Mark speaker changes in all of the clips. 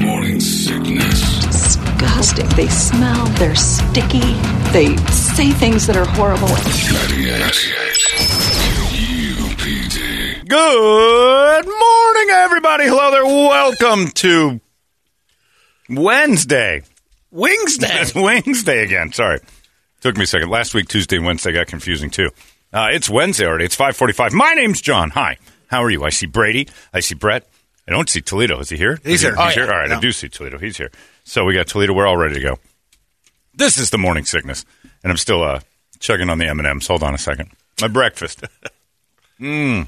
Speaker 1: morning sickness.
Speaker 2: Disgusting. They smell, they're sticky, they say things that are horrible.
Speaker 1: 98. UPD.
Speaker 3: Good morning, everybody. Hello there. Welcome to Wednesday. It's
Speaker 4: Wingsday.
Speaker 3: Wednesday again. Sorry, took me a second. Last week, Tuesday, and Wednesday got confusing too. Uh, it's Wednesday already. It's five forty-five. My name's John. Hi. How are you? I see Brady. I see Brett. I don't see Toledo. Is he here?
Speaker 4: He's
Speaker 3: Is he-
Speaker 4: here. Oh,
Speaker 3: He's here.
Speaker 4: yeah.
Speaker 3: All right. I
Speaker 4: No.
Speaker 3: do see Toledo. He's here. So we got Toledo. We're all ready to go. This is the morning sickness, and I'm still uh, chugging on the M and M's. Hold on a second. My breakfast. Hmm.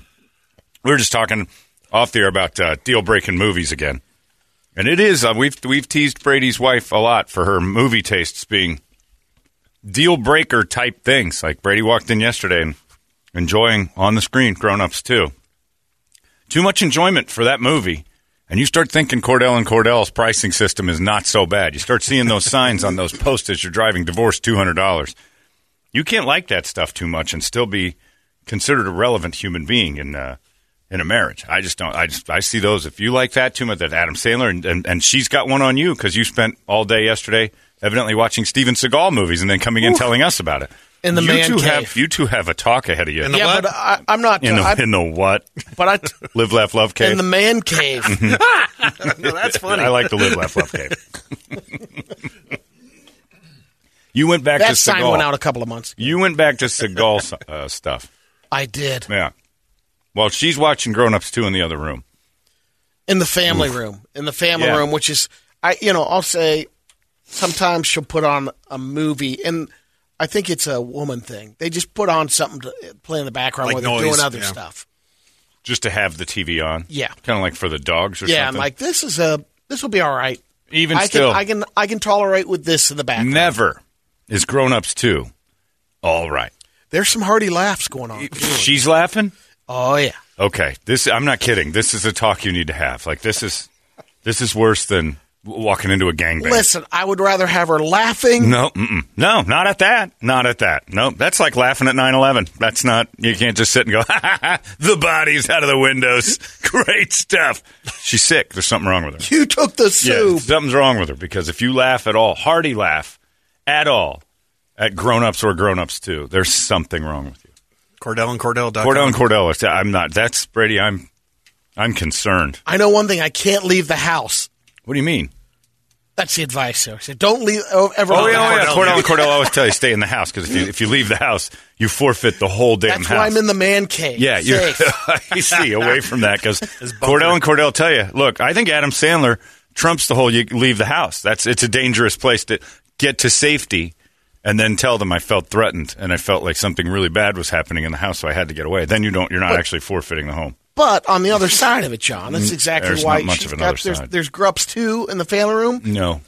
Speaker 3: we were just talking off the air about uh, deal breaking movies again, and it is uh, we've we've teased Brady's wife a lot for her movie tastes being deal breaker type things. Like Brady walked in yesterday and enjoying on the screen grown ups too. Too much enjoyment for that movie. And you start thinking Cordell and Cordell's pricing system is not so bad. You start seeing those signs on those posts as you're driving divorce $200. You can't like that stuff too much and still be considered a relevant human being in uh, in a marriage. I just don't. I just I see those. If you like that too much, that Adam Sandler and, and, and she's got one on you because you spent all day yesterday evidently watching Steven Seagal movies and then coming in telling us about it.
Speaker 4: In the
Speaker 3: you
Speaker 4: man
Speaker 3: two
Speaker 4: cave.
Speaker 3: have you two have a talk ahead of you.
Speaker 4: yeah, but I, I'm not.
Speaker 3: in the,
Speaker 4: I,
Speaker 3: in the what?
Speaker 4: but I t-
Speaker 3: Live, laugh, love cave.
Speaker 4: in the man cave. no, that's funny.
Speaker 3: Mm-hmm. I like the live, laugh, love cave. you went back
Speaker 4: that
Speaker 3: to
Speaker 4: sign
Speaker 3: Seagal.
Speaker 4: went out a couple of months.
Speaker 3: you went back to Seagal uh, stuff.
Speaker 4: I did
Speaker 3: Yeah. Well, she's watching Grown Ups too in the other room.
Speaker 4: in the family room. In the family
Speaker 3: Yeah.
Speaker 4: room, which is I. You know, I'll say sometimes she'll put on a movie, and I think it's a woman thing. They just put on something to play in the background
Speaker 5: Like
Speaker 4: while they're
Speaker 5: noise,
Speaker 4: doing other
Speaker 5: yeah.
Speaker 4: stuff.
Speaker 3: Just to have the TV on.
Speaker 4: Yeah.
Speaker 3: Kind of like for the dogs or
Speaker 4: Yeah, I'm
Speaker 3: something.
Speaker 4: like, this is a this will be all right.
Speaker 3: Even
Speaker 4: I
Speaker 3: still.
Speaker 4: can I can I can tolerate with this in the background.
Speaker 3: Never is Grown Ups too. All right.
Speaker 4: There's some hearty laughs going on.
Speaker 3: She's laughing?
Speaker 4: Oh yeah.
Speaker 3: Okay. This I'm not kidding. This is a talk you need to have. Like this is this is worse than w- walking into a gangbang.
Speaker 4: Listen, I would rather have her laughing.
Speaker 3: No, mm-mm. no, not at that. Not at that. No, that's like laughing at 9 11. That's not, you can't just sit and go, ha ha ha, the body's out of the windows. Great stuff. She's sick. There's something wrong with her.
Speaker 4: You took the soup.
Speaker 3: something's wrong with her because if you laugh at all, hearty laugh at all at grown ups or grown ups too, there's something wrong with you.
Speaker 5: Cordell and Cordell.
Speaker 3: Cordell and Cordell, are- I'm not, that's Brady, I'm, I'm concerned.
Speaker 4: I know one thing. I can't leave the house.
Speaker 3: What do you mean?
Speaker 4: That's the advice, sir. So don't leave oh, ever.
Speaker 3: Oh,
Speaker 4: leave
Speaker 3: yeah,
Speaker 4: the
Speaker 3: oh, yeah.
Speaker 4: house.
Speaker 3: Cordell and Cordell always tell you stay in the house because if you, if you leave the house, you forfeit the whole damn
Speaker 4: That's
Speaker 3: house.
Speaker 4: why I'm in the man cave.
Speaker 3: Yeah, you're,
Speaker 4: Safe.
Speaker 3: I see. Away from that, because Cordell and Cordell tell you, look, I think Adam Sandler trumps the whole you leave the house. That's it's a dangerous place to get to safety, and then tell them I felt threatened and I felt like something really bad was happening in the house, so I had to get away. Then you don't, you're not actually forfeiting the home.
Speaker 4: but on the other side of it, John, that's exactly
Speaker 3: Mm, There's
Speaker 4: why
Speaker 3: not much
Speaker 4: she's
Speaker 3: of another
Speaker 4: got. There's,
Speaker 3: side.
Speaker 4: there's Grups too in the family room.
Speaker 3: No,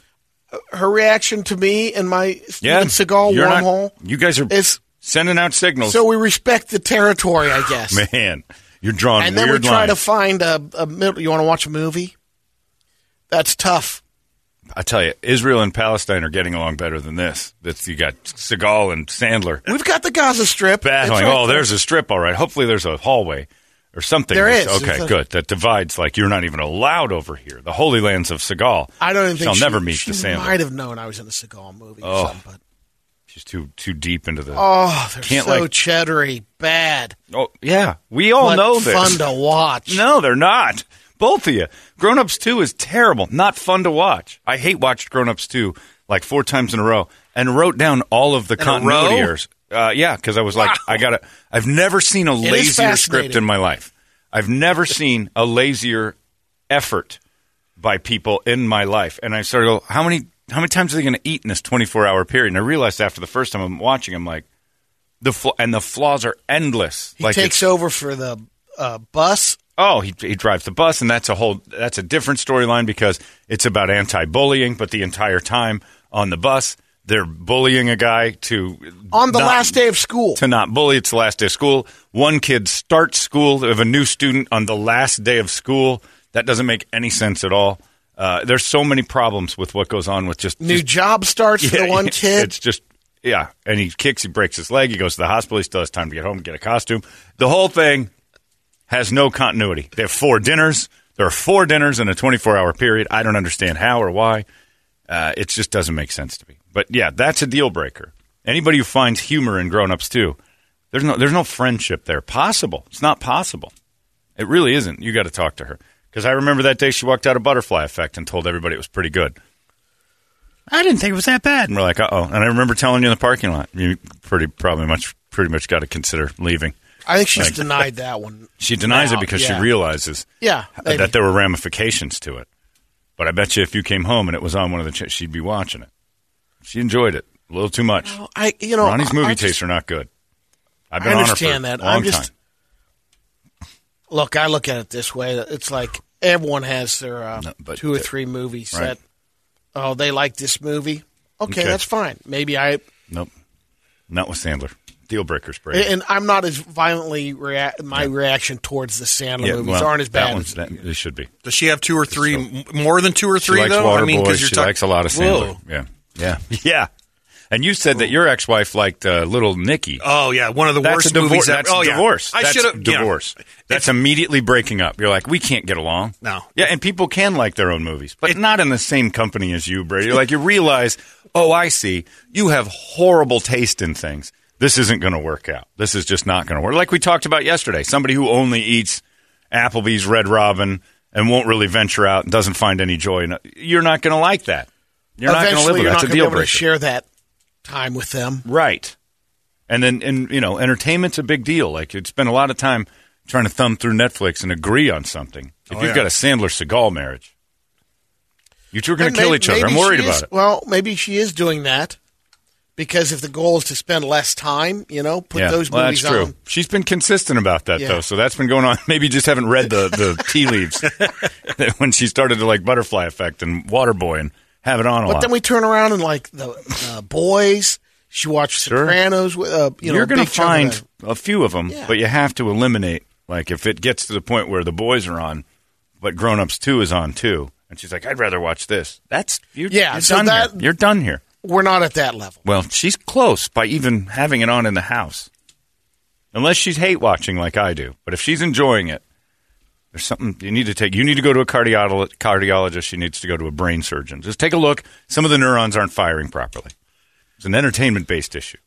Speaker 4: Her reaction to me and my Steven
Speaker 3: yeah,
Speaker 4: Seagal
Speaker 3: you're not-
Speaker 4: wormhole.
Speaker 3: you guys are
Speaker 4: is-
Speaker 3: sending out signals,
Speaker 4: so we respect the territory, I guess.
Speaker 3: man. You're drawing
Speaker 4: and then we
Speaker 3: weird
Speaker 4: try to
Speaker 3: lines.
Speaker 4: find a, a middle. You want to watch a movie? That's tough.
Speaker 3: I tell you, Israel and Palestine are getting along better than this. That's you got Seagal and Sandler.
Speaker 4: We've got the Gaza Strip. That's
Speaker 3: battling.
Speaker 4: right
Speaker 3: oh,
Speaker 4: there.
Speaker 3: there's a strip, all right. Hopefully, there's a hallway or something.
Speaker 4: There
Speaker 3: that's-
Speaker 4: is.
Speaker 3: Okay,
Speaker 4: There's a-
Speaker 3: good. That divides like you're not even allowed over here. The holy lands of Seagal.
Speaker 4: I don't even think
Speaker 3: shall
Speaker 4: she,
Speaker 3: never meet
Speaker 4: she
Speaker 3: the Sandler.
Speaker 4: might have known I was in a Seagal movie.
Speaker 3: Oh.
Speaker 4: or something, but
Speaker 3: She's too too deep into the.
Speaker 4: oh, they're
Speaker 3: Can't,
Speaker 4: so
Speaker 3: like-
Speaker 4: cheddary, bad.
Speaker 3: Oh, yeah, we all
Speaker 4: but
Speaker 3: know this.
Speaker 4: fun to watch.
Speaker 3: No, they're not. Both of you. Grown Ups 2 is terrible. Not fun to watch. I hate watched Grown Ups 2 like four times in a row and wrote down all of the continuity
Speaker 5: row?
Speaker 3: errors. Uh, yeah, because I was like, I got to. I've never seen a
Speaker 4: is
Speaker 3: lazier script
Speaker 4: fascinating.
Speaker 3: in my life. I've never seen a lazier effort by people in my life. And I started to go, how many, how many times are they going to eat in this 24 hour period? And I realized after the first time I'm watching, I'm like, the fl- and the flaws are endless.
Speaker 4: he
Speaker 3: like it's-
Speaker 4: takes over for the uh, bus
Speaker 3: Oh, he, he drives the bus, and that's a whole that's a different storyline because it's about anti-bullying. But the entire time on the bus, they're bullying a guy to
Speaker 4: On the
Speaker 3: not-
Speaker 4: last day of school.
Speaker 3: to not bully. It's the last day of school. One kid starts school of a new student on the last day of school. That doesn't make any sense at all. Uh, there's so many problems with what goes on with just
Speaker 4: New
Speaker 3: just-
Speaker 4: job starts for the
Speaker 3: yeah,
Speaker 4: one
Speaker 3: yeah,
Speaker 4: kid.
Speaker 3: It's just yeah, and he kicks, he breaks his leg, he goes to the hospital. He still has time to get home, get a costume. The whole thing has no continuity. They have four dinners. There are four dinners in a 24-hour period. I don't understand how or why. Uh, it just doesn't make sense to me. But yeah, that's a deal breaker. Anybody who finds humor in grown-ups too, there's no there's no friendship there possible. It's not possible. It really isn't. You got to talk to her because I remember that day she walked out of Butterfly Effect and told everybody it was pretty good. I didn't think it was that bad. And we're like, uh oh. And I remember telling you in the parking lot, you pretty probably much pretty much got to consider leaving.
Speaker 4: I think she's
Speaker 3: Like-
Speaker 4: denied that one.
Speaker 3: She denies
Speaker 4: now.
Speaker 3: it because
Speaker 4: Yeah.
Speaker 3: she realizes
Speaker 4: Yeah, maybe.
Speaker 3: that there were ramifications to it. But I bet you if you came home and it was on one of the, ch- she'd be watching it. She enjoyed it a little too much.
Speaker 4: I you know
Speaker 3: Ronnie's
Speaker 4: Oh, I-
Speaker 3: movie
Speaker 4: I just-
Speaker 3: tastes are not good. I've
Speaker 4: I
Speaker 3: been on her
Speaker 4: understand
Speaker 3: for
Speaker 4: that.
Speaker 3: a long
Speaker 4: I'm just-
Speaker 3: time.
Speaker 4: Look, I look at it this way. It's like everyone has their uh,
Speaker 3: No, but
Speaker 4: two or
Speaker 3: the-
Speaker 4: three movies
Speaker 3: right.
Speaker 4: that oh they like this movie. Okay,
Speaker 3: Okay.
Speaker 4: that's fine. Maybe I
Speaker 3: Nope, not with Sandler. Deal breakers, Brady.
Speaker 4: and I'm not as violently rea- my reaction towards the Sandler movies
Speaker 3: well,
Speaker 4: aren't as
Speaker 3: that
Speaker 4: bad.
Speaker 3: one's-
Speaker 4: as-
Speaker 3: that- they should be.
Speaker 5: Does she have two or three, m- more than two or three,
Speaker 3: she likes
Speaker 5: though?
Speaker 3: Waterboy.
Speaker 5: I mean, because you're
Speaker 3: she
Speaker 5: talking.
Speaker 3: likes a lot of Sandler.
Speaker 5: Whoa.
Speaker 3: Yeah, yeah, yeah. And you said that your ex-wife liked uh, Little Nicky.
Speaker 5: Oh yeah, one of the
Speaker 3: that's
Speaker 5: worst
Speaker 3: a divorce.
Speaker 5: movies.
Speaker 3: That's
Speaker 5: ever. oh yeah,
Speaker 3: divorce.
Speaker 5: I
Speaker 3: That's
Speaker 5: should have
Speaker 3: divorce. That's immediately breaking up. You're like, we can't get along.
Speaker 5: No.
Speaker 3: Yeah, and people can like their own movies, but not in the same company as you, Brady. Like you realize, oh, I see. You have horrible taste in things. This isn't going to work out. This is just not going to work. Like we talked about yesterday, somebody who only eats Applebee's, Red Robin, and won't really venture out and doesn't find any joy. In it. You're not going to like that. You're not going to live
Speaker 4: Eventually,
Speaker 3: with
Speaker 4: you're
Speaker 3: that.
Speaker 4: not
Speaker 3: That's
Speaker 4: going to
Speaker 3: a
Speaker 4: be
Speaker 3: deal
Speaker 4: able to
Speaker 3: breaker.
Speaker 4: share that time with them.
Speaker 3: Right. And then, and you know, entertainment's a big deal. Like you'd spend a lot of time trying to thumb through Netflix and agree on something. If
Speaker 5: Oh,
Speaker 3: you've
Speaker 5: yeah.
Speaker 3: got a Sandler Seagal marriage, you two are going
Speaker 4: And
Speaker 3: to kill
Speaker 4: may-
Speaker 3: each other.
Speaker 4: maybe
Speaker 3: I'm worried
Speaker 4: she
Speaker 3: about
Speaker 4: is-
Speaker 3: it.
Speaker 4: Well, maybe she is doing that because if the goal is to spend less time, you know, put
Speaker 3: yeah,
Speaker 4: those
Speaker 3: well,
Speaker 4: movies
Speaker 3: that's true.
Speaker 4: on.
Speaker 3: She's been consistent about that
Speaker 4: Yeah.
Speaker 3: though, so that's been going on. Maybe you just haven't read the the tea leaves when she started to like Butterfly Effect and Waterboy and have it on a
Speaker 4: But
Speaker 3: lot.
Speaker 4: then we turn around and like the uh, boys, she watched
Speaker 3: Sure.
Speaker 4: Sopranos. with Uh, you know,
Speaker 3: are
Speaker 4: going to
Speaker 3: find a few of them,
Speaker 4: Yeah.
Speaker 3: but you have to eliminate. Like if it gets to the point where the boys are on, but Grown Ups Two is on too, and she's like, "I'd rather watch this." That's you,
Speaker 4: Yeah,
Speaker 3: You're
Speaker 4: so
Speaker 3: done here.
Speaker 4: that-
Speaker 3: You're done here.
Speaker 4: we're not at that level.
Speaker 3: Well, she's close by even having it on in the house, unless she's hate watching like I do. But if she's enjoying it, there's something you need to take. You need to go to a cardiolo- cardiologist. She needs to go to a brain surgeon. Just take a look. Some of the neurons aren't firing properly. It's an entertainment based issue.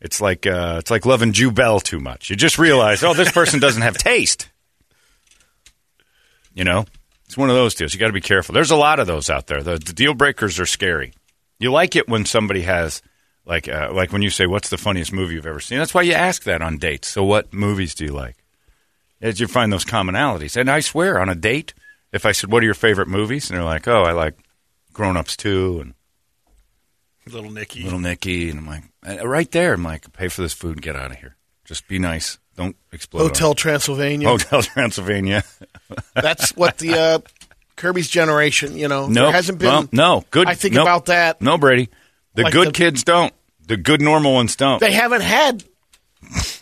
Speaker 3: It's like uh, it's like loving Jew Bell too much. You just realize, oh, this person doesn't have taste. You know, it's one of those deals. You got to be careful. There's a lot of those out there. The, the deal breakers are scary. You like it when somebody has like uh, like when you say, "What's the funniest movie you've ever seen?" That's why you ask that on dates. So, what movies do you like? As you find those commonalities, and I swear, on a date, if I said, "What are your favorite movies?" and they're like, "Oh, I like Grown Ups too," and
Speaker 5: Little Nicky.
Speaker 3: Little Nicky, and I'm like, uh, right there, I'm like, pay for this food and get out of here. Just be nice. Don't explode. on
Speaker 4: Hotel
Speaker 3: it.
Speaker 4: Transylvania.
Speaker 3: Hotel Transylvania.
Speaker 4: That's what the uh, Kirby's generation. You know,
Speaker 3: No,
Speaker 4: there hasn't been.
Speaker 3: Well, no good.
Speaker 4: I think
Speaker 3: nope.
Speaker 4: about that.
Speaker 3: No, Brady. The
Speaker 4: Like
Speaker 3: good
Speaker 4: the-
Speaker 3: kids don't. The good normal ones don't.
Speaker 4: They haven't had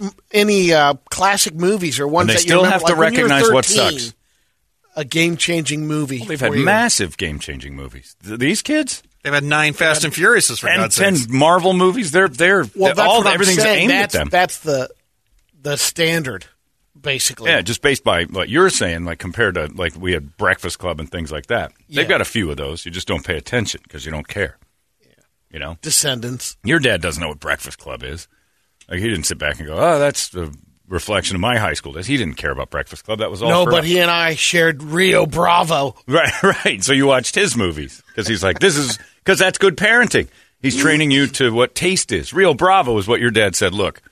Speaker 4: m- any uh, classic movies or ones
Speaker 3: And they
Speaker 4: that
Speaker 3: still
Speaker 4: you remember.
Speaker 3: have to
Speaker 4: Like, when you were
Speaker 3: recognize what
Speaker 4: 13,
Speaker 3: sucks.
Speaker 4: A game changing movie.
Speaker 3: Well, they've
Speaker 4: for
Speaker 3: had
Speaker 4: you.
Speaker 3: massive game changing movies. Th- these kids
Speaker 5: They've had nine Fast and Furiouses for
Speaker 3: and
Speaker 5: God's
Speaker 3: ten
Speaker 5: sake.
Speaker 3: Marvel movies. They're they're
Speaker 4: Well, that's
Speaker 3: all
Speaker 4: what I'm
Speaker 3: everything's
Speaker 4: saying.
Speaker 3: aimed
Speaker 4: that's,
Speaker 3: at them.
Speaker 4: That's the the standard, basically.
Speaker 3: Yeah, just based by what you're saying, like compared to like we had Breakfast Club and things like that. They've
Speaker 4: Yeah.
Speaker 3: got a few of those. You just don't pay attention because you don't care. You know,
Speaker 4: Descendants.
Speaker 3: your dad doesn't know what Breakfast Club is. Like he didn't sit back and go, "Oh, that's the reflection of my high school days." He didn't care about Breakfast Club. That was all.
Speaker 4: No,
Speaker 3: for
Speaker 4: but
Speaker 3: us.
Speaker 4: he and I shared Rio Bravo.
Speaker 3: Right, right. So you watched his movies because he's like, this is because that's good parenting. He's training you to what taste is. Real Bravo is what your dad said. Look,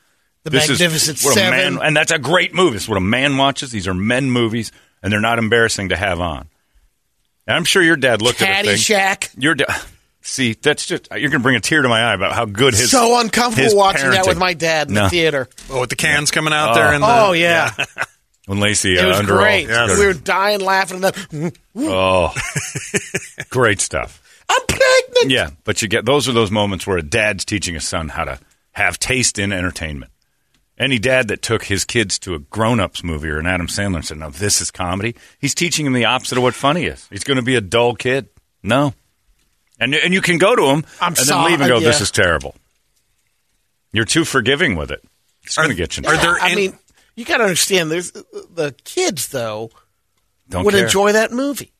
Speaker 4: The
Speaker 3: this
Speaker 4: Magnificent
Speaker 3: is what a man,
Speaker 4: Seven.
Speaker 3: and that's a great movie. It's what a man watches. These are men movies, and they're not embarrassing to have on. And I'm sure your dad looked at the thing.
Speaker 4: Caddyshack.
Speaker 3: Your da- see, that's just you're going to bring a tear to my eye about how good his
Speaker 4: so
Speaker 3: his
Speaker 4: uncomfortable watching that
Speaker 3: parenting-
Speaker 4: with my dad in
Speaker 3: No.
Speaker 4: the theater.
Speaker 3: Oh.
Speaker 5: Oh, with the cans coming out there. And the,
Speaker 4: Oh yeah.
Speaker 3: When Lacey
Speaker 4: It
Speaker 3: uh,
Speaker 4: was
Speaker 3: under
Speaker 4: great.
Speaker 3: all,
Speaker 5: Yes.
Speaker 4: We were dying laughing. And then,
Speaker 3: oh, great stuff.
Speaker 4: I'm pregnant.
Speaker 3: Yeah, but you get those are those moments where a dad's teaching a son how to have taste in entertainment. Any dad that took his kids to a grown-ups movie or an Adam Sandler and said, "No, this is comedy," he's teaching him the opposite of what funny is. He's going to be a dull kid. No, and and you can go to him
Speaker 4: I'm
Speaker 3: and
Speaker 4: sorry,
Speaker 3: then leave and go, "This
Speaker 4: yeah.
Speaker 3: is terrible." You're too forgiving with it. It's going to get you. in
Speaker 5: Are
Speaker 3: trouble.
Speaker 5: there?
Speaker 4: I
Speaker 5: any-
Speaker 4: mean, you got to understand. There's the kids though
Speaker 3: Don't
Speaker 4: would
Speaker 3: care.
Speaker 4: enjoy that movie.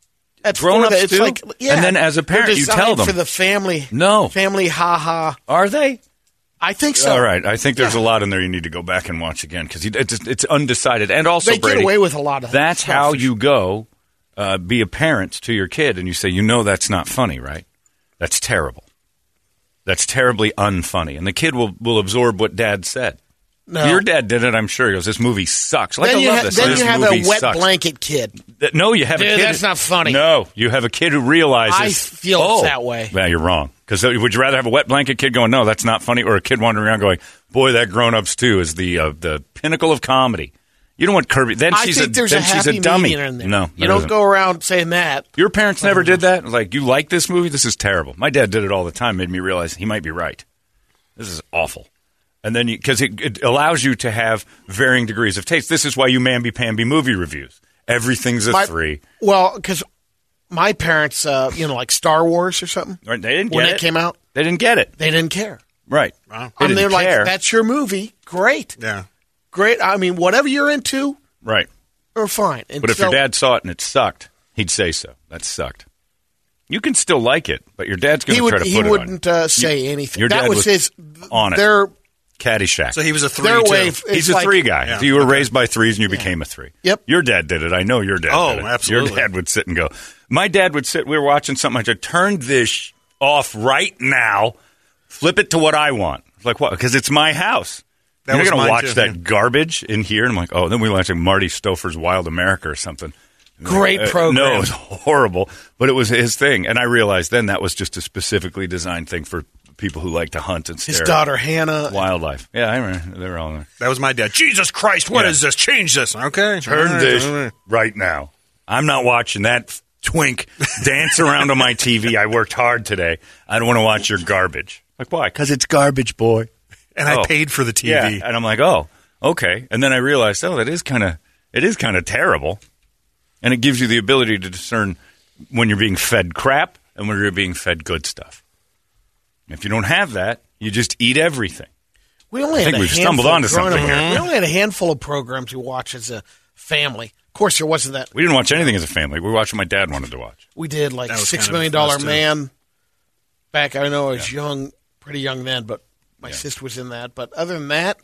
Speaker 4: That's
Speaker 3: Grown-ups
Speaker 4: for the- it's
Speaker 3: do?
Speaker 4: like yeah.
Speaker 3: And then as a
Speaker 4: they're
Speaker 3: parent, you
Speaker 4: designed
Speaker 3: tell them.
Speaker 4: for the family.
Speaker 3: No.
Speaker 4: family. Ha ha.
Speaker 3: Are they?
Speaker 4: I think so.
Speaker 3: All right, I think there's a lot in there you need to go back and watch again because it's, it's undecided. And also,
Speaker 4: They get
Speaker 3: Brady,
Speaker 4: away with a lot of
Speaker 3: That's
Speaker 4: stuff,
Speaker 3: how
Speaker 4: for
Speaker 3: you go uh, be a parent to your kid, and you say, you know, that's not funny, right? That's terrible. That's terribly unfunny, and the kid will will absorb what dad said.
Speaker 4: No.
Speaker 3: Your dad did it, I'm sure. He goes, "This movie sucks." Like,
Speaker 4: Then
Speaker 3: I
Speaker 4: you,
Speaker 3: love
Speaker 4: ha-
Speaker 3: this.
Speaker 4: then
Speaker 3: This
Speaker 4: you have
Speaker 3: movie
Speaker 4: a wet
Speaker 3: sucks.
Speaker 4: blanket kid.
Speaker 3: Th- No, you have a
Speaker 4: Dude,
Speaker 3: kid.
Speaker 4: that's not funny.
Speaker 3: No, you have a kid who realizes.
Speaker 4: I feel
Speaker 3: oh,
Speaker 4: that way.
Speaker 3: Yeah, you're wrong. Because would you rather have a wet blanket kid going, no, that's not funny, or a kid wandering around going, boy, that grown ups too is the uh, the pinnacle of comedy. You don't want Kirby. Then
Speaker 4: I
Speaker 3: she's
Speaker 4: think
Speaker 3: a
Speaker 4: there's
Speaker 3: then
Speaker 4: a
Speaker 3: she's
Speaker 4: happy
Speaker 3: a dummy.
Speaker 4: medium in there.
Speaker 3: No,
Speaker 4: you
Speaker 3: there
Speaker 4: don't
Speaker 3: isn't.
Speaker 4: go around saying that.
Speaker 3: Your parents never did that. Like you like this movie. This is terrible. My dad did it all the time. Made me realize he might be right. This is awful. And then because it, it allows you to have varying degrees of taste. This is why you mamby pamby movie reviews. Everything's a
Speaker 4: My-
Speaker 3: three.
Speaker 4: Well, because my parents, uh, you know, like Star Wars or something.
Speaker 3: Right, They didn't get
Speaker 4: When
Speaker 3: it.
Speaker 4: it came out,
Speaker 3: They didn't get it.
Speaker 4: they didn't care.
Speaker 3: Right. They
Speaker 4: and
Speaker 3: didn't
Speaker 4: they're
Speaker 3: care.
Speaker 4: like, "That's your movie. Great,
Speaker 5: yeah.
Speaker 4: great. I mean, whatever you're into,
Speaker 3: right.
Speaker 4: or fine." And
Speaker 3: But if
Speaker 4: so-
Speaker 3: your dad saw it and it sucked, he'd say so. That sucked. You can still like it, but your dad's going
Speaker 4: he
Speaker 3: to try
Speaker 4: would
Speaker 3: to put
Speaker 4: he
Speaker 3: it
Speaker 4: wouldn't
Speaker 3: on.
Speaker 4: uh, say
Speaker 3: You-
Speaker 4: anything.
Speaker 3: Your
Speaker 4: that
Speaker 3: dad
Speaker 4: was, his
Speaker 3: on it.
Speaker 4: Their
Speaker 3: Caddyshack.
Speaker 5: So he was a three.
Speaker 4: their
Speaker 5: too.
Speaker 4: way. of-
Speaker 3: He's
Speaker 4: it's
Speaker 3: a
Speaker 4: like-
Speaker 3: three guy.
Speaker 5: Yeah.
Speaker 3: So you were raised by threes and you became a three.
Speaker 4: Yep.
Speaker 3: Your dad did it. I know your dad.
Speaker 5: Oh,
Speaker 3: did it.
Speaker 5: absolutely.
Speaker 3: Your dad would sit and go. My dad would sit. We were watching something. I said, "Turn this sh- off right now. Flip it to what I want." Like what? Because it's my house.
Speaker 5: That
Speaker 3: You're
Speaker 5: was
Speaker 3: going
Speaker 5: mine,
Speaker 3: to watch
Speaker 5: too,
Speaker 3: that
Speaker 5: yeah.
Speaker 3: garbage in here, and I'm like, oh. Then we watched like Marty Stouffer's Wild America or something.
Speaker 4: Great
Speaker 3: Uh,
Speaker 4: program.
Speaker 3: No, it was horrible, but it was his thing, and I realized then that was just a specifically designed thing for people who like to hunt and stare
Speaker 4: His
Speaker 3: at
Speaker 4: daughter Hannah.
Speaker 3: wildlife. Yeah, I remember they were all there.
Speaker 5: That was my dad. Jesus Christ! What
Speaker 3: Yeah.
Speaker 5: is this? Change this. Okay.
Speaker 3: Turn
Speaker 5: All right,
Speaker 3: this
Speaker 5: all right.
Speaker 3: right now. I'm not watching that f- twink dance around on my TV. I worked hard today. I don't want to watch your garbage. Like, why? Because it's garbage, boy.
Speaker 5: And
Speaker 3: Oh.
Speaker 5: I paid for the TV.
Speaker 3: Yeah. And I'm like, oh, okay. And then I realized, oh, that is kind of, it is kind of terrible. And it gives you the ability to discern when you're being fed crap and when you're being fed good stuff. If you don't have that, you just eat everything.
Speaker 4: We only
Speaker 3: I
Speaker 4: had
Speaker 3: think
Speaker 4: a
Speaker 3: we've
Speaker 4: handful
Speaker 3: stumbled
Speaker 4: of
Speaker 3: onto something
Speaker 4: programs-
Speaker 3: here.
Speaker 4: We only had a handful of programs we watched as a family. Of course, there wasn't that.
Speaker 3: We didn't watch anything as a family. We watched what my dad wanted to watch.
Speaker 4: We did like
Speaker 5: That was
Speaker 4: Six
Speaker 5: kind of
Speaker 4: Million
Speaker 5: us,
Speaker 4: Dollar
Speaker 5: too.
Speaker 4: Man. Back, I know I was young, pretty young then, but my sister was in that. But other than that,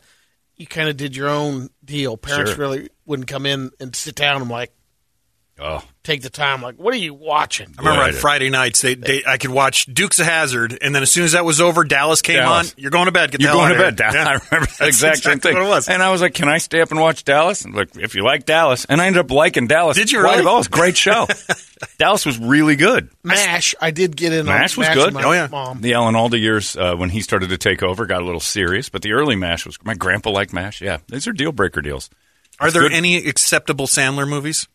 Speaker 4: you kind of did your own deal. Parents
Speaker 3: Sure.
Speaker 4: really wouldn't come in and sit down and like
Speaker 3: Oh,
Speaker 4: take the time. Like, what are you watching?
Speaker 5: I remember
Speaker 3: Boy, I
Speaker 5: on
Speaker 3: did.
Speaker 5: Friday nights, they, they I could watch Dukes of Hazard, and then as soon as that was over, Dallas came
Speaker 3: Dallas.
Speaker 5: on. You're going to bed. Get the
Speaker 3: You're
Speaker 5: hell
Speaker 3: going to
Speaker 5: out
Speaker 3: bed, Dallas.
Speaker 5: of
Speaker 3: I
Speaker 5: here. Yeah.
Speaker 3: remember the
Speaker 5: That's
Speaker 3: exact same
Speaker 5: exactly
Speaker 3: thing.
Speaker 5: What it was.
Speaker 3: And I was like, "Can I stay up and watch Dallas?" And like, if you like Dallas, and I ended up liking Dallas.
Speaker 5: Did you
Speaker 3: Quite
Speaker 5: really?
Speaker 3: a- Oh, it's a great show. Dallas was really good.
Speaker 4: Mash, I did get in.
Speaker 3: Mash
Speaker 4: on
Speaker 3: was
Speaker 4: Mash
Speaker 3: good.
Speaker 4: with My
Speaker 5: Oh, yeah.
Speaker 4: mom.
Speaker 3: The Alan Alda years uh, when he started to take over got a little serious, but the early Mash was. My grandpa liked Mash. Yeah, these are deal breaker deals.
Speaker 5: Are there
Speaker 3: good.
Speaker 5: any acceptable Sandler movies?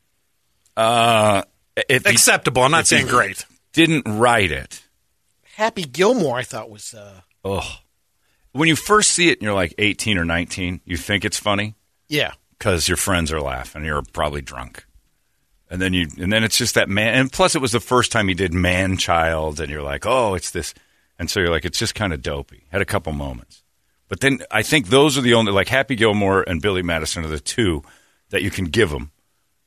Speaker 3: Uh, if he
Speaker 5: Acceptable. I'm not
Speaker 3: If you-
Speaker 5: saying great.
Speaker 3: didn't write it,
Speaker 4: Happy Gilmore, I thought was. Uh,
Speaker 3: oh, when you first see it and you're like 18 or 19, you think it's funny.
Speaker 4: yeah,
Speaker 3: because your friends are laughing. You're probably drunk, and then you and then it's just that man. And plus, it was the first time he did man child, and you're like, oh, it's this. And so you're like, it's just kind of dopey. Had a couple moments, but then I think those are the only like Happy Gilmore and Billy Madison are the two that you can give him,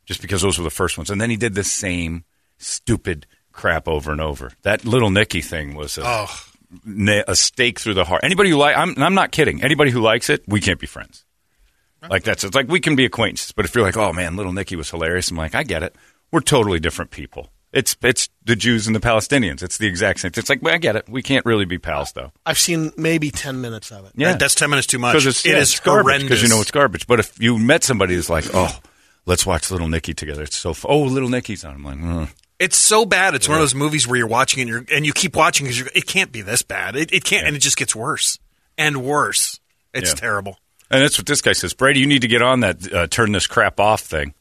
Speaker 3: just because those were the first ones. And then he did the same stupid crap over and over. That little Nicky thing was a. na- A stake through the heart. Anybody who like, I'm, I'm not kidding. Anybody who likes it, we can't be friends. Like that's it's like we can be acquaintances, but if you're like, oh man, little Nicky was hilarious, I'm like, I get it. We're totally different people. It's it's the Jews and the Palestinians. It's the exact same. It's like well, I get it. We can't really be pals though.
Speaker 4: I've seen maybe ten minutes of it.
Speaker 3: Yeah,
Speaker 5: That's 10 minutes too much.
Speaker 3: because it's
Speaker 5: It
Speaker 3: yeah,
Speaker 5: is
Speaker 3: it's garbage
Speaker 5: horrendous.
Speaker 3: because you know it's garbage. But if you met somebody who's like, oh, let's watch Little Nicky together. It's so fun. oh, Little Nicky's on. I'm like, mm.
Speaker 5: It's so bad. It's one of those movies where you're watching and, you're, and you keep watching because it can't be this bad. It, it can't, and it just gets worse and worse. It's
Speaker 3: Yeah.
Speaker 5: terrible.
Speaker 3: And that's what this guy says. Brady, you need to get on that uh, turn this crap off thing.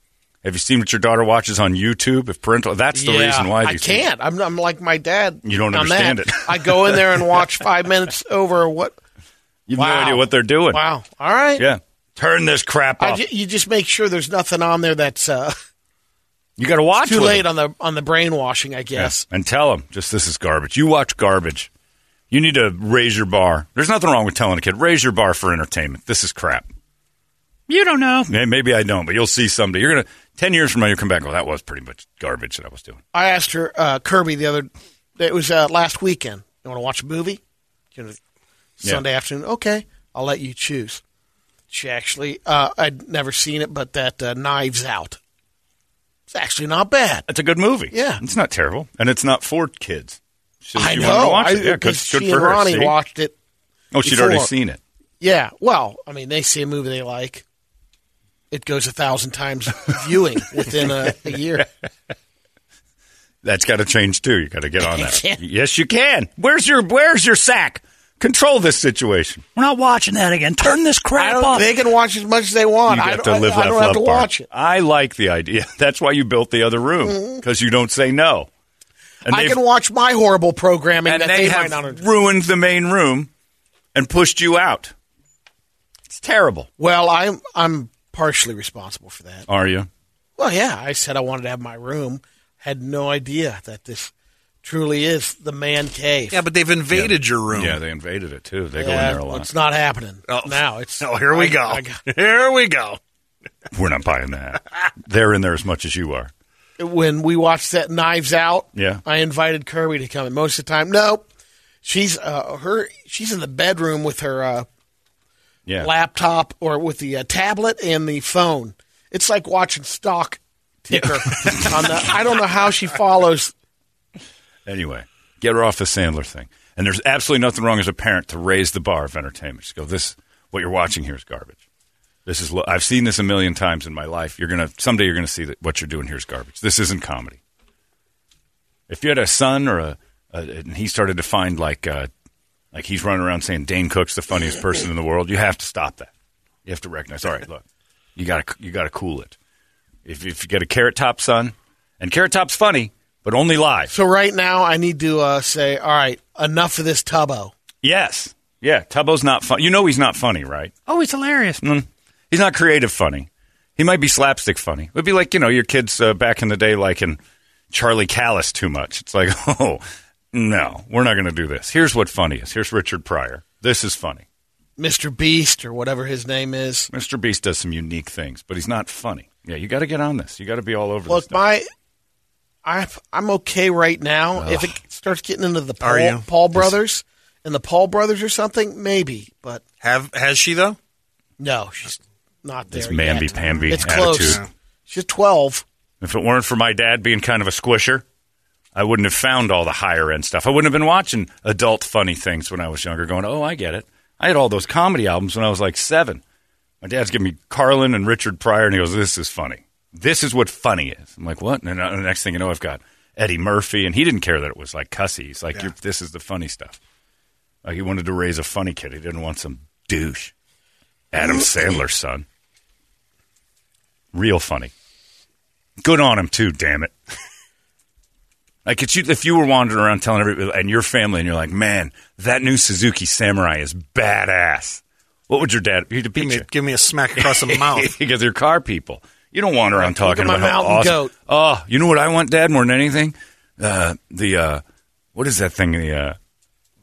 Speaker 3: Have you seen what your daughter watches on YouTube? If parental, that's the
Speaker 4: Yeah,
Speaker 3: reason why
Speaker 4: I
Speaker 3: these things-
Speaker 4: can't. I'm, I'm like my dad.
Speaker 3: You don't
Speaker 4: on
Speaker 3: understand
Speaker 4: that.
Speaker 3: it.
Speaker 4: I go in there and watch five minutes over what.
Speaker 3: You have
Speaker 4: Wow.
Speaker 3: no idea what they're doing.
Speaker 4: Wow. All right.
Speaker 3: Yeah. Turn this crap
Speaker 4: I
Speaker 3: off.
Speaker 4: ju- you just make sure there's nothing on there that's uh,
Speaker 3: you got to watch.
Speaker 4: too
Speaker 3: with
Speaker 4: late
Speaker 3: them.
Speaker 4: on the on the brainwashing. I
Speaker 3: Yeah.
Speaker 4: guess.
Speaker 3: And tell them just this is garbage. You watch garbage. You need to raise your bar. There's nothing wrong with telling a kid raise your bar for entertainment. This is crap. You don't know. Yeah, maybe I don't, but you'll see someday. You're gonna ten years from now, you'll come back. and go, that was pretty much garbage that I was doing.
Speaker 4: I asked her uh, Kirby the other. It was uh, last weekend. You want to watch a movie? You know,
Speaker 3: Yeah.
Speaker 4: Sunday afternoon. Okay, I'll let you choose. She actually, uh, I'd never seen it, but that uh, Knives Out. It's actually not bad.
Speaker 3: It's a good movie.
Speaker 4: Yeah.
Speaker 3: it's not terrible, and it's not for kids. She,
Speaker 4: I
Speaker 3: she wanted
Speaker 4: know.
Speaker 3: To watch
Speaker 4: I,
Speaker 3: it. Yeah, good,
Speaker 4: because
Speaker 3: good
Speaker 4: she
Speaker 3: for
Speaker 4: and
Speaker 3: her.
Speaker 4: Ronnie
Speaker 3: see?
Speaker 4: watched it.
Speaker 3: oh, she'd already
Speaker 4: before.
Speaker 3: seen it.
Speaker 4: Yeah. Well, I mean, they see a movie they like. It goes a thousand times viewing within a, a year.
Speaker 3: That's got to change too. You got to get on that.
Speaker 4: can't.
Speaker 3: yes, you can. Where's your Where's your sack? Control this situation. We're not watching that again. Turn this
Speaker 4: I
Speaker 3: crap
Speaker 4: don't,
Speaker 3: off.
Speaker 4: they can watch as much as they
Speaker 3: you
Speaker 4: want. I
Speaker 3: got
Speaker 4: don't,
Speaker 3: to live,
Speaker 4: I, I
Speaker 3: laugh,
Speaker 4: don't have
Speaker 3: love
Speaker 4: to
Speaker 3: bar.
Speaker 4: watch it. Mm-hmm.
Speaker 3: I like the idea. That's why you built the other room because you don't say no. And
Speaker 4: I
Speaker 3: they've-
Speaker 4: can watch my horrible programming
Speaker 3: and
Speaker 4: that
Speaker 3: they,
Speaker 4: they, might
Speaker 3: have
Speaker 4: not understand.
Speaker 3: ruined the main room and pushed you out. It's terrible.
Speaker 4: Well, I'm I'm partially responsible for that.
Speaker 3: Are you?
Speaker 4: Well, yeah, I said I wanted to have my room. Had no idea that this truly is the man cave.
Speaker 5: Yeah, but they've invaded your room.
Speaker 3: Yeah, they invaded it too. They go in
Speaker 4: Yeah,
Speaker 3: there a lot.
Speaker 4: it's not happening
Speaker 5: Oh.
Speaker 4: now. It's
Speaker 5: Oh, here we
Speaker 4: I-
Speaker 5: go.
Speaker 4: I got-
Speaker 5: here we go.
Speaker 3: We're not buying that. They're in there as much as you are.
Speaker 4: when we watched that Knives Out,
Speaker 3: Yeah.
Speaker 4: I invited Kirby to come. And most of the time, no, she's uh, her she's in the bedroom with her uh,
Speaker 3: Yeah.
Speaker 4: laptop or with the uh, tablet and the phone. It's like watching stock ticker. on the, I don't know how she follows.
Speaker 3: Anyway, get her off the Sandler thing. And there's absolutely nothing wrong as a parent to raise the bar of entertainment. Just go, this, what you're watching here is garbage. This is, lo- I've seen this a million times in my life. You're going to, someday you're going to see that what you're doing here is garbage. This isn't comedy. If you had a son or a, a and he started to find like, uh, like he's running around saying Dane Cook's the funniest person in the world, you have to stop that. You have to recognize, all right, look, you got to, you got to cool it. If, if you get a carrot top son, and carrot top's funny, but only live.
Speaker 4: So right now, I need to uh, say, all right, enough of this Tubbo.
Speaker 3: Yes. Yeah. Tubbo's not fun. You know he's not funny, right? Oh, he's hilarious. Mm. He's not creative funny. He might be slapstick funny. It would be like, you know, your kids uh, back in the day liking Charlie Callis too much. It's like, oh, no, we're not going to do this. Here's what funny is. Here's Richard Pryor. This is funny.
Speaker 4: Mr. Beast or whatever his name is.
Speaker 3: Mr. Beast does some unique things, but he's not funny. Yeah, you got to get on this. You got to be all over this.
Speaker 4: Look,
Speaker 3: stuff.
Speaker 4: my I I'm okay right now. If it starts getting into the Paul,
Speaker 5: Are you?
Speaker 4: Paul brothers and the Paul brothers or something, maybe, but
Speaker 5: Have has she though?
Speaker 4: no, she's not there.
Speaker 3: This mamby
Speaker 4: yet.
Speaker 3: pamby
Speaker 4: It's
Speaker 3: attitude.
Speaker 4: close. She's 12.
Speaker 3: If it weren't for my dad being kind of a squisher, I wouldn't have found all the higher end stuff. I wouldn't have been watching adult funny things when I was younger, going, oh, I get it. I had all those comedy albums when I was like seven. My dad's giving me Carlin and Richard Pryor, and he goes, this is funny. This is what funny is. I'm like, what? And then, uh, the next thing you know, I've got Eddie Murphy, and he didn't care that it was like cussy. He's like, You're, this is the funny stuff. Like, he wanted to raise a funny kid. He didn't want some douche. Adam Sandler's son. Real funny. Good on him too, damn it. Like it's you, if you were wandering around telling everybody and your family, and you're like, "Man, that new Suzuki Samurai is badass." What would your dad? He'd beat
Speaker 5: Give me,
Speaker 3: you
Speaker 5: give me a smack across the mouth.
Speaker 3: because they're car people. You don't wander around
Speaker 4: Look
Speaker 3: talking
Speaker 4: at my
Speaker 3: about how
Speaker 4: mountain
Speaker 3: awesome.
Speaker 4: goat.
Speaker 3: Oh, you know what I want, Dad, more than anything? Uh, the uh, what is that thing? The uh,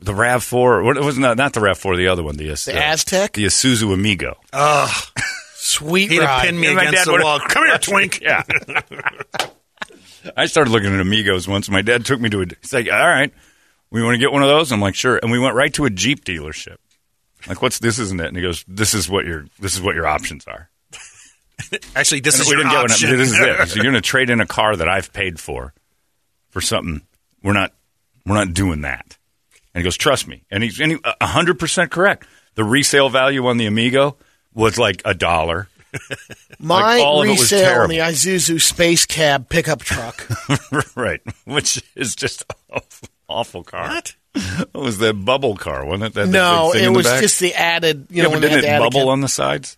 Speaker 3: the Rav Four? What was not not the Rav Four? The other one, the, As-
Speaker 4: The Aztec?
Speaker 3: the Isuzu Amigo.
Speaker 4: Sweet
Speaker 5: He'd have
Speaker 4: ride.
Speaker 5: pinned me
Speaker 3: And my
Speaker 5: against
Speaker 3: dad
Speaker 5: the
Speaker 3: would've-
Speaker 5: wall. Come here, twink.
Speaker 3: Yeah. I started looking at Amigos once. My dad took me to a. He's like, all right, we want to get one of those. I'm like, sure. And we went right to a Jeep dealership. Like, what's this? Isn't it? And he goes, this is what your this is what your options are.
Speaker 5: Actually, this
Speaker 3: And
Speaker 5: is
Speaker 3: we
Speaker 5: your
Speaker 3: didn't
Speaker 5: option.
Speaker 3: get one. This is it. So you're going to trade in a car that I've paid for for something. We're not. We're not doing that. And he goes, trust me. And he's and he, a hundred percent correct. The resale value on the Amigo was like a dollar.
Speaker 4: My
Speaker 3: Like, all of it was
Speaker 4: resale on
Speaker 3: terrible.
Speaker 4: the Isuzu Space Cab pickup truck.
Speaker 3: right, which is just awful. awful car.
Speaker 5: What?
Speaker 3: It was the bubble car, wasn't it? That- that
Speaker 4: No,
Speaker 3: big thing
Speaker 4: it
Speaker 3: in the
Speaker 4: was
Speaker 3: back?
Speaker 4: just the added. You
Speaker 3: yeah,
Speaker 4: know,
Speaker 3: but
Speaker 4: when they
Speaker 3: didn't
Speaker 4: had
Speaker 3: it
Speaker 4: the added
Speaker 3: bubble
Speaker 4: cam-
Speaker 3: on the sides?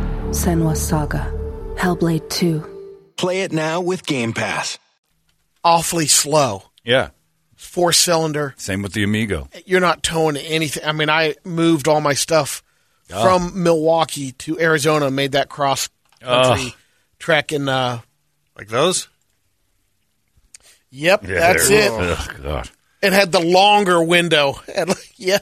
Speaker 6: Senwa Saga. Hellblade 2.
Speaker 7: Play it now with Game Pass.
Speaker 4: awfully slow.
Speaker 3: Yeah.
Speaker 4: Four cylinder.
Speaker 3: Same with the Amigo.
Speaker 4: You're not towing anything. I mean, I moved all my stuff from Milwaukee to Arizona. and Made that cross country trek in. Uh,
Speaker 5: Like those?
Speaker 4: yep,
Speaker 3: Yeah,
Speaker 4: that's
Speaker 3: there
Speaker 4: it.
Speaker 3: is. Ugh, God.
Speaker 4: It had the longer window. Had, like, yeah,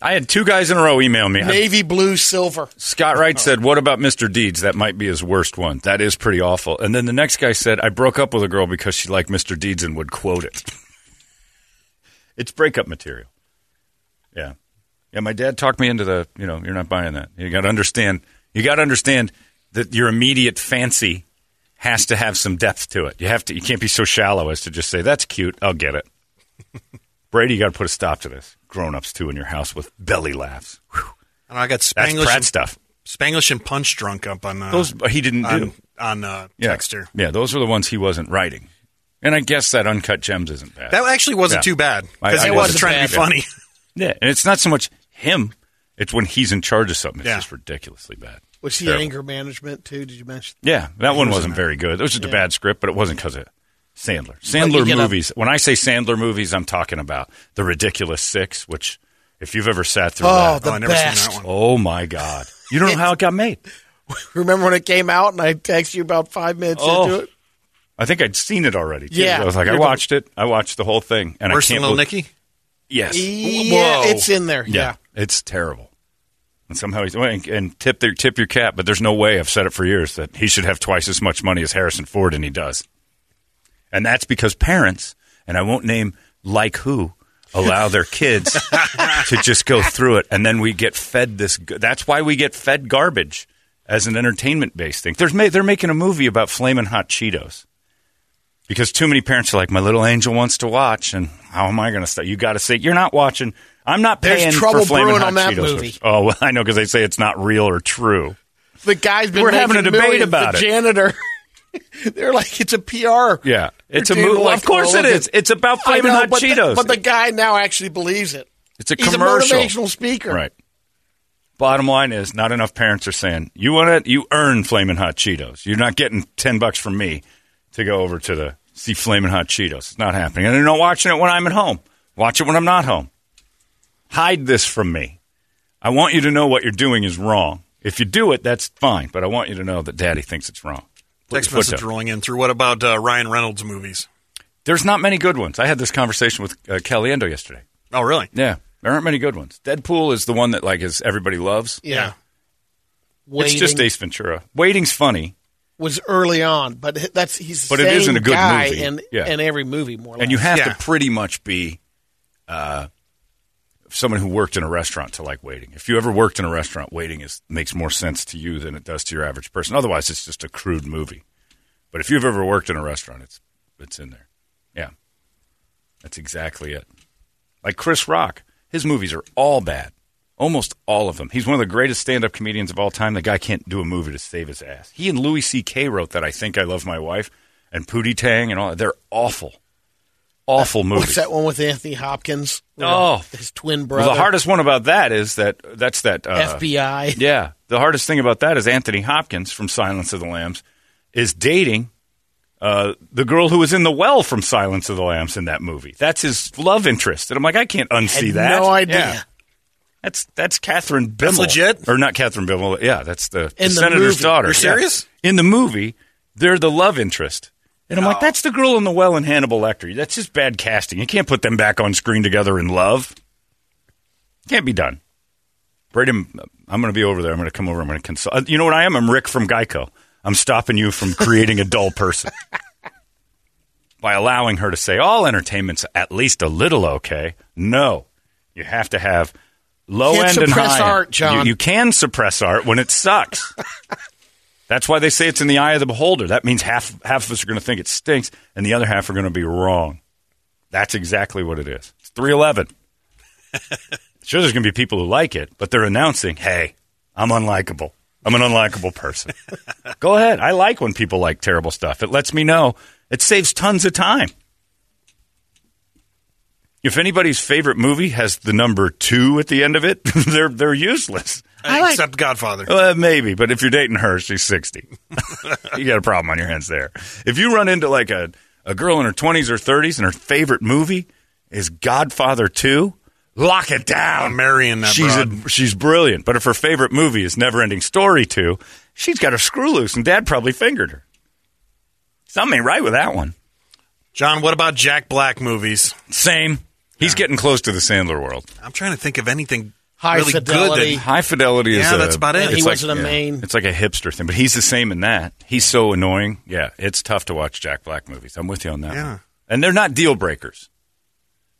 Speaker 3: I had two guys in a row email me.
Speaker 4: navy blue silver.
Speaker 3: Scott Wright said, What about Mr. Deeds? That might be his worst one. That is pretty awful. And then the next guy said, I broke up with a girl because she liked Mr. Deeds and would quote it. it's breakup material. Yeah. Yeah, my dad talked me into the, you know, you're not buying that. You got to understand, you got to understand that your immediate fancy has to have some depth to it. You have to, you can't be so shallow as to just say, That's cute. I'll get it. Brady, you got to put a stop to this. Grown ups too in your house with belly laughs. Whew.
Speaker 5: And I got
Speaker 3: That's
Speaker 5: Spanglish
Speaker 3: Pratt
Speaker 5: and,
Speaker 3: stuff.
Speaker 5: Spanglish and Punch drunk up on uh,
Speaker 3: Those he didn't do.
Speaker 5: on, on uh,
Speaker 3: yeah.
Speaker 5: Texter.
Speaker 3: Yeah, those were the ones he wasn't writing. And I guess that uncut gems isn't bad.
Speaker 5: That actually wasn't
Speaker 3: Yeah.
Speaker 5: too bad
Speaker 3: I-
Speaker 5: because
Speaker 3: I
Speaker 5: he
Speaker 3: wasn't
Speaker 5: wasn't trying to be
Speaker 3: bad.
Speaker 5: funny.
Speaker 3: yeah, and it's not so much him; it's when he's in charge of something. It's
Speaker 5: Yeah.
Speaker 3: just ridiculously bad.
Speaker 4: Was he
Speaker 3: Terrible.
Speaker 4: anger management too? Did you mention?
Speaker 3: Yeah, that one wasn't very good. It was just a bad script, but it wasn't because of Sandler. Sandler
Speaker 4: get a-
Speaker 3: movies. When I say Sandler movies, I'm talking about the Ridiculous Six, which if you've ever sat through
Speaker 4: Oh,
Speaker 3: that,
Speaker 4: the
Speaker 5: I never seen that
Speaker 4: best.
Speaker 5: one.
Speaker 3: oh my god, you don't know how it got made.
Speaker 4: Remember when it came out and I texted you about five minutes
Speaker 3: Oh.
Speaker 4: into it?
Speaker 3: I think I'd seen it already. Too.
Speaker 4: Yeah.
Speaker 3: I was like, I
Speaker 4: You're the-
Speaker 3: watched it. I watched the whole thing, and
Speaker 5: Worse
Speaker 3: I
Speaker 5: than
Speaker 3: can't.
Speaker 5: Little
Speaker 3: believe-
Speaker 5: Nicky.
Speaker 3: Yes.
Speaker 4: Yeah, it's in there. Yeah.
Speaker 3: It's terrible. And somehow he's and, and tip their tip your cap, but there's no way I've said it for years that he should have twice as much money as Harrison Ford, and he does. And that's because parents, and I won't name like who, allow their kids to just go through it, and then we get fed this. g- That's why we get fed garbage as an entertainment based thing. There's ma- they're making a movie about flaming hot Cheetos because too many parents are like, my little angel wants to watch, and how am I going to stop? You got to say you're not watching. I'm not
Speaker 4: There's
Speaker 3: paying
Speaker 4: trouble
Speaker 3: for Flamin'
Speaker 4: brewing
Speaker 3: Hot
Speaker 4: on that
Speaker 3: Cheetos
Speaker 4: movie.
Speaker 3: which- oh, well, I know because they say it's not real or true.
Speaker 4: The guy's been
Speaker 3: We're having
Speaker 4: making
Speaker 3: a debate
Speaker 4: millions,
Speaker 3: about
Speaker 4: the
Speaker 3: it.
Speaker 4: janitor. They're like it's a PR.
Speaker 3: Yeah, it's a
Speaker 4: Dude,
Speaker 3: movie. Well,
Speaker 4: like,
Speaker 3: of course
Speaker 4: well,
Speaker 3: it
Speaker 4: look
Speaker 3: is. It's about
Speaker 4: I
Speaker 3: Flamin'
Speaker 4: know,
Speaker 3: Hot
Speaker 4: but the-
Speaker 3: Cheetos.
Speaker 4: but the guy now actually believes it.
Speaker 3: it's a
Speaker 4: He's
Speaker 3: commercial.
Speaker 4: a motivational speaker.
Speaker 3: Right. Bottom line is, not enough parents are saying you want to. You earn Flamin' Hot Cheetos. You're not getting ten bucks from me to go over to the see Flamin' Hot Cheetos. It's not happening. And they're not watching it when I'm at home. Watch it when I'm not home. Hide this from me. I want you to know what you're doing is wrong. If you do it, that's fine. But I want you to know that Daddy thinks it's wrong. Put your
Speaker 5: Text
Speaker 3: foot
Speaker 5: message
Speaker 3: down.
Speaker 5: rolling in through. What about uh, Ryan Reynolds movies?
Speaker 3: There's not many good ones. I had this conversation with uh, Caliendo yesterday.
Speaker 5: Oh, really?
Speaker 3: Yeah, there aren't many good ones. Deadpool is the one that like is everybody loves.
Speaker 4: Yeah.
Speaker 5: Yeah.
Speaker 4: Waiting
Speaker 3: It's just Ace Ventura. Waiting's funny,
Speaker 4: was early on, but h- that's he's the
Speaker 3: But it
Speaker 4: same
Speaker 3: isn't a good
Speaker 4: guy
Speaker 3: movie.
Speaker 4: in
Speaker 3: Yeah.
Speaker 4: in every movie more. Or
Speaker 3: and you
Speaker 4: less.
Speaker 3: have
Speaker 5: Yeah.
Speaker 3: to pretty much be uh, someone who worked in a restaurant to like Waiting. If you ever worked in a restaurant, Waiting is makes more sense to you than it does to your average person. Otherwise, it's just a crude movie. But if you've ever worked in a restaurant, it's it's in there. Yeah, that's exactly it. Like Chris Rock, his movies are all bad. Almost all of them. He's one of the greatest stand-up comedians of all time. The guy can't do a movie to save his ass. He and Louis C.K. wrote that "I Think I Love My Wife" and "Pootie Tang" and all. that. They're awful, awful movies.
Speaker 4: What's that one with Anthony Hopkins? uh,
Speaker 3: Oh.
Speaker 4: his twin
Speaker 3: Well,
Speaker 4: brother.
Speaker 3: the hardest one about that is that that's that uh,
Speaker 4: FBI.
Speaker 3: Yeah, the hardest thing about that is Anthony Hopkins from Silence of the Lambs is dating uh, the girl who was in the well from Silence of the Lambs in that movie. That's his love interest, and I'm like, I can't unsee
Speaker 4: Had
Speaker 3: that.
Speaker 4: No idea.
Speaker 3: Yeah. That's that's Catherine Bimmel.
Speaker 5: That's legit?
Speaker 3: or not Catherine Bimmel? Yeah, that's the,
Speaker 4: In the
Speaker 3: the senator's
Speaker 4: movie.
Speaker 3: daughter.
Speaker 5: You're
Speaker 3: Yeah.
Speaker 5: serious?
Speaker 3: In the movie, they're the love interest. And I'm
Speaker 4: Oh.
Speaker 3: like, that's the girl in the well and Hannibal Lecter. That's just bad casting. You can't put them back on screen together in love. Can't be done. Brady, I'm going to be over there. I'm going to come over. I'm going to consult. uh, You know what I am? I'm Rick from Geico. I'm stopping you from creating a dull person. by allowing her to say all entertainment's at least a little okay. No, you have to have low
Speaker 4: Can't
Speaker 3: end and
Speaker 4: suppress
Speaker 3: high end.
Speaker 4: art, John.
Speaker 3: You, you can suppress art when it sucks. That's why they say it's in the eye of the beholder. That means half half of us are going to think it stinks, and the other half are going to be wrong. That's exactly what it is. It's three eleven. sure, there's going to be people who like it, but they're announcing, "Hey, I'm unlikable. I'm an unlikable person." Go ahead. I like when people like terrible stuff. It lets me know. It saves tons of time. If anybody's favorite movie has the number two at the end of it, they're they're useless.
Speaker 5: Except Godfather.
Speaker 3: Uh, maybe, but if you're dating her, she's 60. you got a problem on your hands there. If you run into like a, a girl in her 20s or 30s and her favorite movie is Godfather 2, lock it down.
Speaker 5: I'm marrying that
Speaker 3: she's,
Speaker 5: broad.
Speaker 3: she's brilliant. But if her favorite movie is Never Ending Story 2, she's got her screw loose and dad probably fingered her. Something ain't right with that one.
Speaker 5: John, what about Jack Black movies?
Speaker 3: Same. He's getting close to the Sandler world.
Speaker 5: I'm trying to think of anything
Speaker 4: High
Speaker 5: really
Speaker 4: fidelity.
Speaker 5: good.
Speaker 3: High fidelity is
Speaker 5: Yeah,
Speaker 3: a-
Speaker 5: that's about it.
Speaker 3: it's
Speaker 5: He
Speaker 4: wasn't a main-
Speaker 3: It's like a hipster thing, but he's the same in that. He's so annoying. Yeah, it's tough to watch Jack Black movies. I'm with you on that.
Speaker 5: Yeah.
Speaker 3: one. and they're not deal breakers.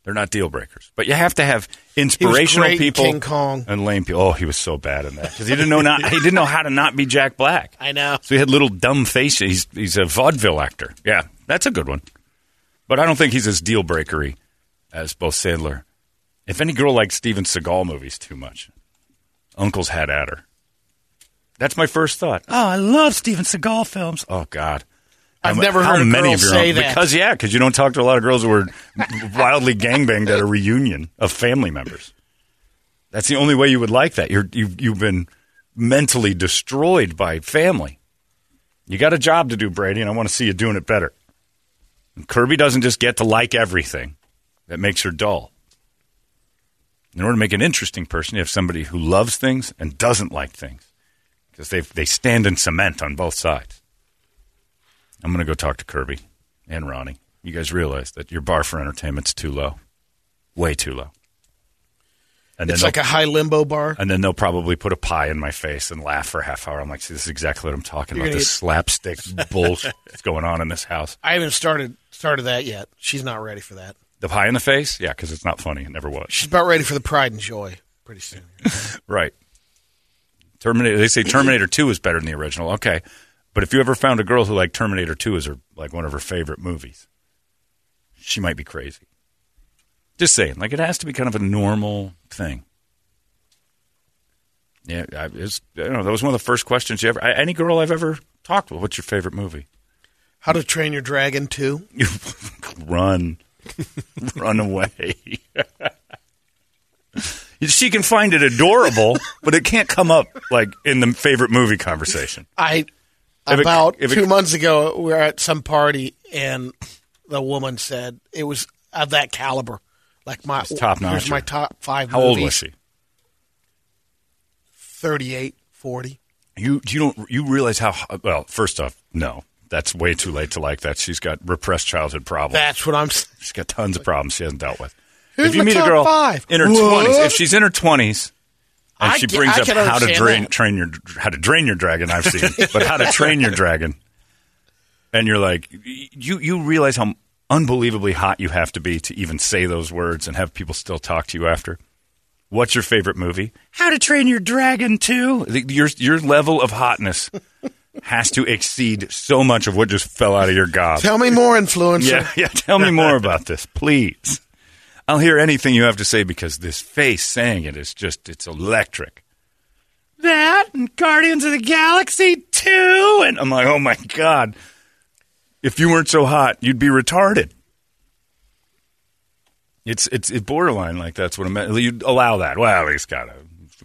Speaker 3: They're not deal breakers, but you have to have inspirational
Speaker 4: great in
Speaker 3: people
Speaker 4: King Kong.
Speaker 3: and lame people. Oh, he was so bad in that because he didn't know not he didn't know how to not be Jack Black.
Speaker 4: I know.
Speaker 3: So he had little dumb faces. He's he's a vaudeville actor. Yeah, that's a good one. But I don't think he's as deal breakery as both Sandler. If any girl likes Steven Seagal movies too much, Uncle's had at her. That's my first thought. Oh, I love Steven Seagal films. Oh God,
Speaker 4: I've
Speaker 3: How-
Speaker 4: never
Speaker 3: how
Speaker 4: heard a
Speaker 3: many
Speaker 4: girl
Speaker 3: of your
Speaker 4: say
Speaker 3: own-
Speaker 4: that.
Speaker 3: because yeah, because you don't talk to a lot of girls who were wildly gangbanged at a reunion of family members. That's the only way you would like that. You're, you've, you've been mentally destroyed by family. You got a job to do, Brady, and I want to see you doing it better. And Kirby doesn't just get to like everything that makes her dull. In order to make an interesting person, you have somebody who loves things and doesn't like things because they they stand in cement on both sides. I'm going to go talk to Kirby and Ronnie. You guys realize that your bar for entertainment's too low, way too low. And
Speaker 4: It's
Speaker 3: they'll-
Speaker 4: like a high limbo bar.
Speaker 3: and then they'll probably put a pie in my face and laugh for a half hour. I'm like, see, this is exactly what I'm talking about. This slapstick bullshit that's going on in this house.
Speaker 4: I haven't started started that yet. She's not ready for that.
Speaker 3: The pie in the face? Yeah, because it's not funny. It never was.
Speaker 4: She's about ready for the pride and joy pretty soon.
Speaker 3: Right. Terminator. They say Terminator 2 is better than the original. Okay. But if you ever found a girl who liked Terminator 2 as her, like one of her favorite movies, she might be crazy. Just saying. Like, it has to be kind of a normal thing. Yeah, I, it's, I don't know. That was one of the first questions you ever, I, any girl I've ever talked with, what's your favorite movie?
Speaker 4: How to Train Your Dragon 2.
Speaker 3: you run, run away. she can find it adorable, but it can't come up like in the favorite movie conversation.
Speaker 4: I
Speaker 3: If it-
Speaker 4: about
Speaker 3: if it-
Speaker 4: two months ago we were at some party and the woman said it was of that caliber. Like my
Speaker 3: top
Speaker 4: Here's
Speaker 3: notcher.
Speaker 4: my top five.
Speaker 3: How old
Speaker 4: movies.
Speaker 3: was she?
Speaker 4: 38, 40.
Speaker 3: You you don't you realize how well? First off, no, that's way too late to like that. She's got repressed childhood problems.
Speaker 4: That's what I'm. s-
Speaker 3: She's got tons of problems she hasn't dealt with.
Speaker 4: Here's
Speaker 3: if you
Speaker 4: my
Speaker 3: meet
Speaker 4: top
Speaker 3: a girl
Speaker 4: five.
Speaker 3: in her
Speaker 4: What?
Speaker 3: twenties, if she's in her twenties, and
Speaker 4: I
Speaker 3: she
Speaker 4: ca-
Speaker 3: brings
Speaker 4: I
Speaker 3: up
Speaker 4: can
Speaker 3: how to
Speaker 4: understand
Speaker 3: drain,
Speaker 4: that.
Speaker 3: train your how to drain your dragon, I've seen, but how to train your dragon, and you're like, you you realize how unbelievably hot you have to be to even say those words and have people still talk to you after. What's your favorite movie? How to Train Your Dragon 2. The- Your your level of hotness has to exceed so much of what just fell out of your gob.
Speaker 4: Tell me more, influencer.
Speaker 3: Yeah, yeah. Tell me more about this, please. I'll hear anything you have to say because this face saying it is just, it's electric. That and Guardians of the Galaxy 2. And I'm like, oh my God. If you weren't so hot, you'd be retarded. It's, it's, it's borderline like that's what I meant. You'd allow that. Well, he's got a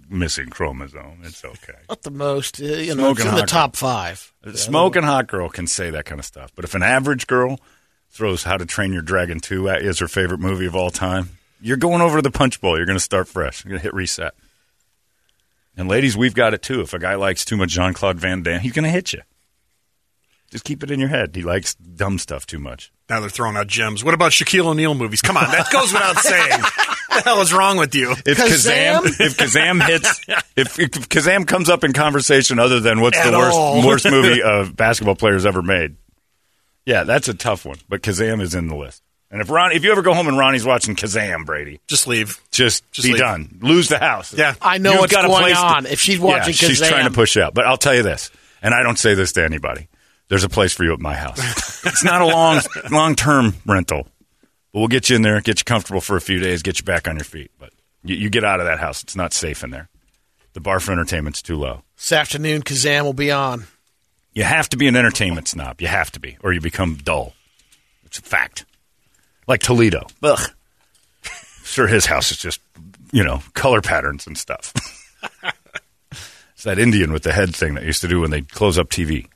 Speaker 3: missing chromosome. It's okay.
Speaker 4: Not the most. Uh, you know, it's
Speaker 3: Smoking
Speaker 4: in
Speaker 3: hot
Speaker 4: the top five.
Speaker 3: A Smoking hot girl can say that kind of stuff, but if an average girl throws "How to Train Your Dragon 2" at you as her favorite movie of all time, you're going over to the punch bowl. You're going to start fresh. You're going to hit reset. And ladies, we've got it too. If a guy likes too much Jean Claude Van Damme, he's going to hit you. Just keep it in your head. He likes dumb stuff too much.
Speaker 5: Now they're throwing out gems. What about Shaquille O'Neal movies? Come on, that goes without saying. the hell is wrong with you?
Speaker 3: If Kazam,
Speaker 4: Kazam?
Speaker 3: if Kazam hits, if, if Kazam comes up in conversation other than what's
Speaker 5: At
Speaker 3: the worst
Speaker 5: all.
Speaker 3: worst movie a basketball player's ever made, Yeah, that's a tough one, but Kazam is in the list. And if Ron, if you ever go home and Ronnie's watching Kazam, Brady,
Speaker 5: Just leave.
Speaker 3: just,
Speaker 5: Just
Speaker 3: be
Speaker 5: leave.
Speaker 3: done. Lose the house.
Speaker 5: Yeah.
Speaker 4: I know
Speaker 3: You've
Speaker 4: what's
Speaker 3: got a
Speaker 4: going
Speaker 3: place to-
Speaker 4: on. If she's watching
Speaker 3: yeah, she's
Speaker 4: Kazam.
Speaker 3: trying to push out. But I'll tell you this, and I don't say this to anybody. There's a place for you at my house. it's not a long long term rental, but we'll get you in there, get you comfortable for a few days, get you back on your feet. But you, you get out of that house. It's not safe in there. The bar for entertainment's too low.
Speaker 4: This afternoon, Kazam will be on.
Speaker 3: You have to be an entertainment snob. You have to be, or you become dull. It's a fact. Like Toledo. Ugh. Sure, his house is just, you know, color patterns and stuff. it's that Indian with the head thing that used to do when they close up TV.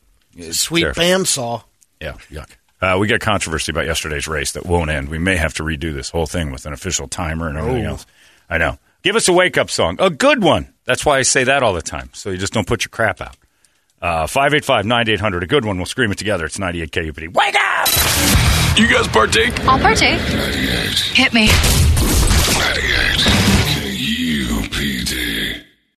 Speaker 4: Sweet bandsaw.
Speaker 3: Yeah, yuck. Uh, we got controversy about yesterday's race that won't end. We may have to redo this whole thing with an official timer and everything else. I know. Give us a wake up song, a good one. That's why I say that all the time. So you just don't put your crap out. Uh, 585 9800, a good one. We'll scream it together. It's 98 KUPD. Wake up!
Speaker 1: You guys partake?
Speaker 8: I'll partake. Hit me.